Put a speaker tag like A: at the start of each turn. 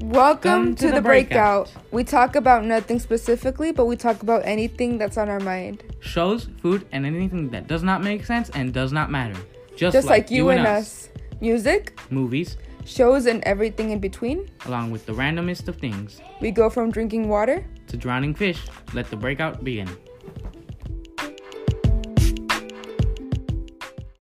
A: Welcome
B: to
A: to,
B: the
A: the breakout.
B: breakout.
A: We talk about nothing specifically, but we talk about anything that's on our mind.
B: Shows, food, and anything that does not make sense and does not matter. Just,
A: Just like, you and us. Music,
B: Movies,
A: shows, and everything in between.
B: along with the randomest of things.
A: We go from drinking water
B: To drowning fish, let the breakout begin.